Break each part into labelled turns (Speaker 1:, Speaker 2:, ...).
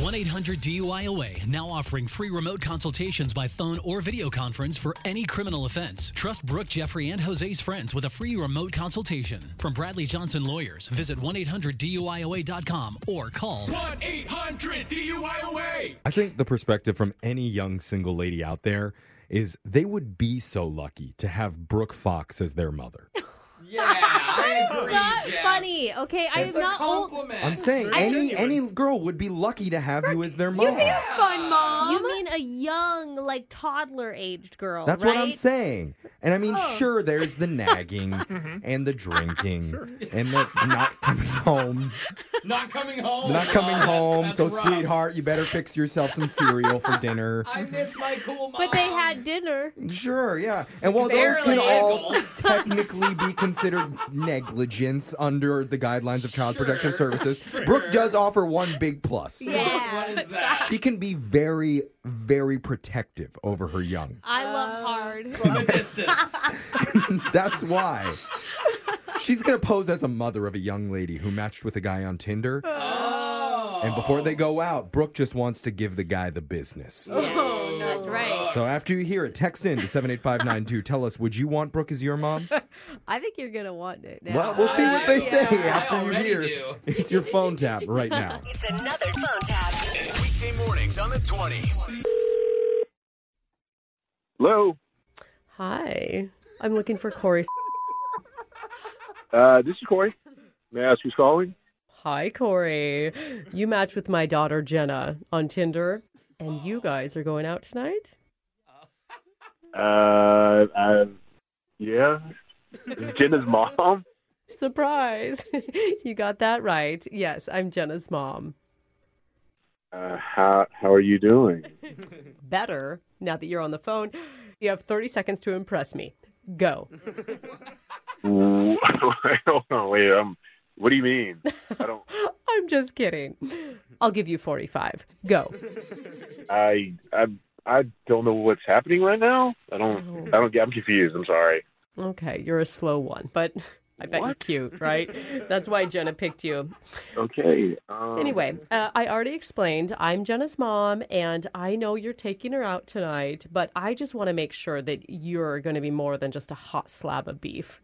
Speaker 1: 1 800 DUIOA now offering free remote consultations by phone or video conference for any criminal offense. Trust Brooke, Jeffrey, and Jose's friends with a free remote consultation. From Bradley Johnson Lawyers, visit 1 800 DUIOA.com or call
Speaker 2: 1 800 DUIOA.
Speaker 3: I think the perspective from any young single lady out there is they would be so lucky to have Brooke Fox as their mother.
Speaker 2: Yeah, I
Speaker 4: It's not funny, okay? I am not old.
Speaker 3: I'm saying
Speaker 4: I
Speaker 3: any
Speaker 4: think-
Speaker 3: any girl would be lucky to have you as their mom.
Speaker 5: Fun mom.
Speaker 4: You mean a young, like toddler aged girl?
Speaker 3: That's
Speaker 4: right?
Speaker 3: what I'm saying. And I mean,
Speaker 2: Oh.
Speaker 3: sure, there's the nagging
Speaker 2: Mm-hmm.
Speaker 3: and the drinking and the not coming home.
Speaker 2: Not coming home.
Speaker 3: Not coming
Speaker 2: Mom.
Speaker 3: home.
Speaker 2: Oh That's
Speaker 3: so,
Speaker 2: rough.
Speaker 3: sweetheart, you better fix yourself some cereal for dinner.
Speaker 2: I miss my cool mom.
Speaker 4: But they had dinner.
Speaker 3: Sure, yeah. And while those can
Speaker 5: Barely.
Speaker 3: all technically be considered negligence under the guidelines of Child Protective
Speaker 2: Sure.
Speaker 3: Services, Brooke does offer one big plus.
Speaker 4: Yeah.
Speaker 2: What is that?
Speaker 3: She can be very, very protective over her young.
Speaker 4: I
Speaker 5: Oh.
Speaker 4: love hard.
Speaker 2: From a distance.
Speaker 3: That's why. She's going to pose as a mother of a young lady who matched with a guy on Tinder.
Speaker 2: Oh.
Speaker 3: And before they go out, Brooke just wants to give the guy the business.
Speaker 2: Oh.
Speaker 5: Oh,
Speaker 4: That's right.
Speaker 3: So after you hear it, text in to 78592. Tell us, would you want Brooke as your mom?
Speaker 4: I think you're gonna want it now.
Speaker 3: Well, we'll see what they say
Speaker 2: Yeah. I
Speaker 3: after you
Speaker 2: already
Speaker 3: hear.
Speaker 2: do.
Speaker 3: It's your phone tap right now.
Speaker 6: It's another phone tap.
Speaker 7: Weekday mornings on the 20s.
Speaker 8: Hello.
Speaker 4: Hi. I'm looking for Corey.
Speaker 8: Uh, this is Corey. May I ask who's calling?
Speaker 9: Hi, Corey. You matched with my daughter Jenna on Tinder, and you guys are going out tonight?
Speaker 8: Uh, uh yeah. This is Jenna's mom.
Speaker 9: Surprise! you got that right. Yes, I'm Jenna's mom.
Speaker 8: Uh, how how are you doing?
Speaker 9: Better now that you're on the phone. You have 30 seconds to impress me. Go.
Speaker 8: Ooh, Hold on, wait. Um, what do you mean? I don't.
Speaker 9: I'm just kidding. I'll give you 45. Go.
Speaker 8: I I I don't know what's happening right now. I don't. I don't. get- I'm confused. I'm sorry.
Speaker 9: Okay, you're a slow one, but I bet you're
Speaker 8: What?
Speaker 9: cute, right? That's why Jenna picked you.
Speaker 8: Okay. Um,
Speaker 9: Anyway, uh, I already explained I'm Jenna's mom, and I know you're taking her out tonight, but I just want to make sure that you're going to be more than just a hot slab of beef.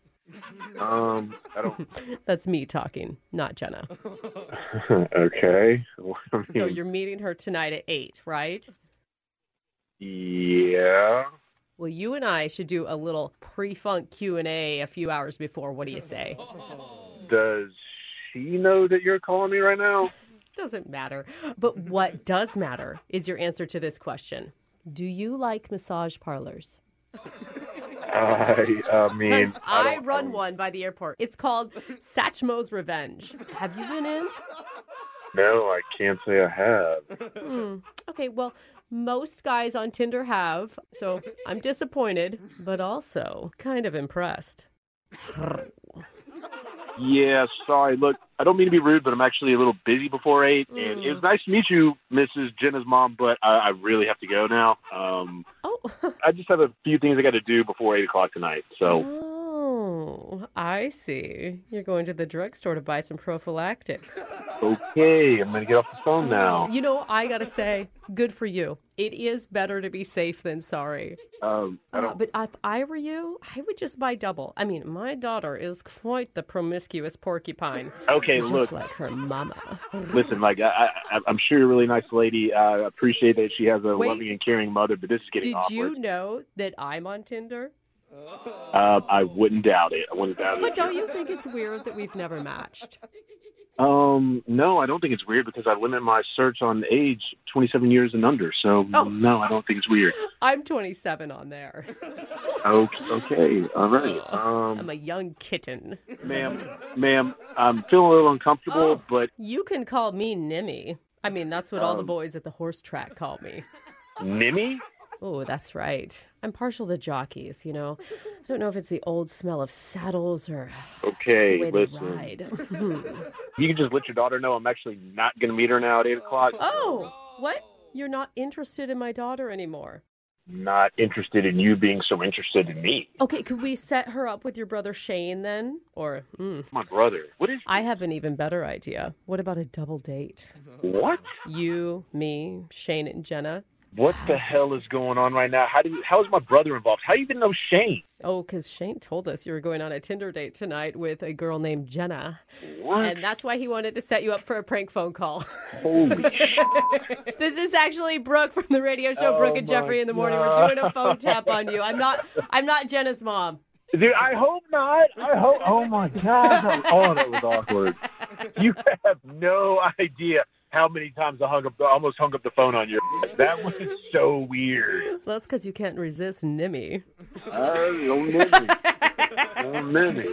Speaker 8: Um, I don't.
Speaker 9: That's me talking, not Jenna.
Speaker 8: okay. I mean,
Speaker 9: So you're meeting her tonight at 8, right?
Speaker 8: yeah.
Speaker 9: Well, you and I should do a little pre-funk Q&A a few hours before. What do you say?
Speaker 8: Does she know that you're calling me right now?
Speaker 9: Doesn't matter. But what does matter is your answer to this question. Do you like massage parlors?
Speaker 8: I, I mean,
Speaker 9: Because I,
Speaker 8: don't-
Speaker 9: run one by the airport. It's called Satchmo's Revenge. Have you been in?
Speaker 8: No, I can't say I have.
Speaker 9: Hmm. Okay, well, most guys on Tinder have, so I'm disappointed, but also kind of impressed.
Speaker 8: Yeah, sorry. Look, I don't mean to be rude, but I'm actually a little busy before eight,
Speaker 9: Mm.
Speaker 8: and it was nice to meet you, Mrs. Jenna's mom. But I, I really have to go now. Um,
Speaker 9: Oh,
Speaker 8: I just have a few things I got to do before eight o'clock tonight. So,
Speaker 9: oh, I see. You're going to the drugstore to buy some prophylactics.
Speaker 8: okay, I'm gonna get off the phone now.
Speaker 9: You know, I gotta say, good for you. It is better to be safe than sorry.
Speaker 8: Um, I
Speaker 9: Uh,
Speaker 8: don't.
Speaker 9: but if I were you, I would just buy double. I mean, my daughter is quite the promiscuous porcupine.
Speaker 8: Okay,
Speaker 9: just
Speaker 8: look,
Speaker 9: like her mama.
Speaker 8: listen. Like, I, I, I'm sure you're a really nice lady. I appreciate that she has a
Speaker 9: Wait.
Speaker 8: loving and caring mother, but this is getting
Speaker 9: Did
Speaker 8: awkward.
Speaker 9: you know that I'm on Tinder?
Speaker 8: Uh, I wouldn't doubt it. I wouldn't doubt it.
Speaker 9: But don't you think it's weird that we've never matched?
Speaker 8: Um, no, I don't think it's weird because I limit my search on age 27 years and under. So
Speaker 9: Oh.
Speaker 8: no, I don't think it's weird.
Speaker 9: I'm 27 on there.
Speaker 8: Okay, okay all right.
Speaker 9: I'm
Speaker 8: Um,
Speaker 9: a young kitten.
Speaker 8: ma'am, ma'am, I'm feeling a little uncomfortable,
Speaker 9: Oh.
Speaker 8: but
Speaker 9: You can call me Nimmy. I mean, that's what all the
Speaker 8: Um.
Speaker 9: boys at the horse track call me.
Speaker 8: Nimmy?
Speaker 9: Oh, that's right. I'm partial to jockeys, you know. I don't know if it's the old smell of saddles or just
Speaker 8: Okay,
Speaker 9: the way
Speaker 8: listen.
Speaker 9: they ride.
Speaker 8: You can just let your daughter know I'm actually not going to meet her now at 8 o'clock.
Speaker 9: Oh, what? You're not interested in my daughter anymore.
Speaker 8: not interested in you being so interested in me.
Speaker 9: Okay, could we set her up with your brother Shane then? Or mm,
Speaker 8: My brother. What is
Speaker 9: I have an even better idea. What about a double date?
Speaker 8: what?
Speaker 9: You, me, Shane, and Jenna.
Speaker 8: What the hell is going on right now? How do you, how is my brother involved? How do you even know Shane?
Speaker 9: Oh, because Shane told us you were going on a Tinder date tonight with a girl named Jenna.
Speaker 8: What?
Speaker 9: And that's why he wanted to set you up for a prank phone call.
Speaker 8: Holy shit.
Speaker 9: this is actually Brooke from the radio show
Speaker 8: Oh
Speaker 9: Brooke and
Speaker 8: my
Speaker 9: Jeffrey in the morning. We're
Speaker 8: God.
Speaker 9: doing a phone tap on you. I'm not I'm not Jenna's mom.
Speaker 8: Dude, I hope not. I hope. Oh my god! Oh, that was awkward. You have no idea how many times I hung up, almost hung up the phone on you. That was so weird.
Speaker 9: That's because you can't resist Nimmy.
Speaker 8: Oh, Mimi. Oh, Mimi.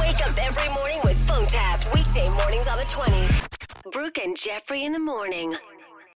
Speaker 5: Wake up every morning with phone taps. Weekday mornings on the 20s. Brooke and Jeffrey in the morning.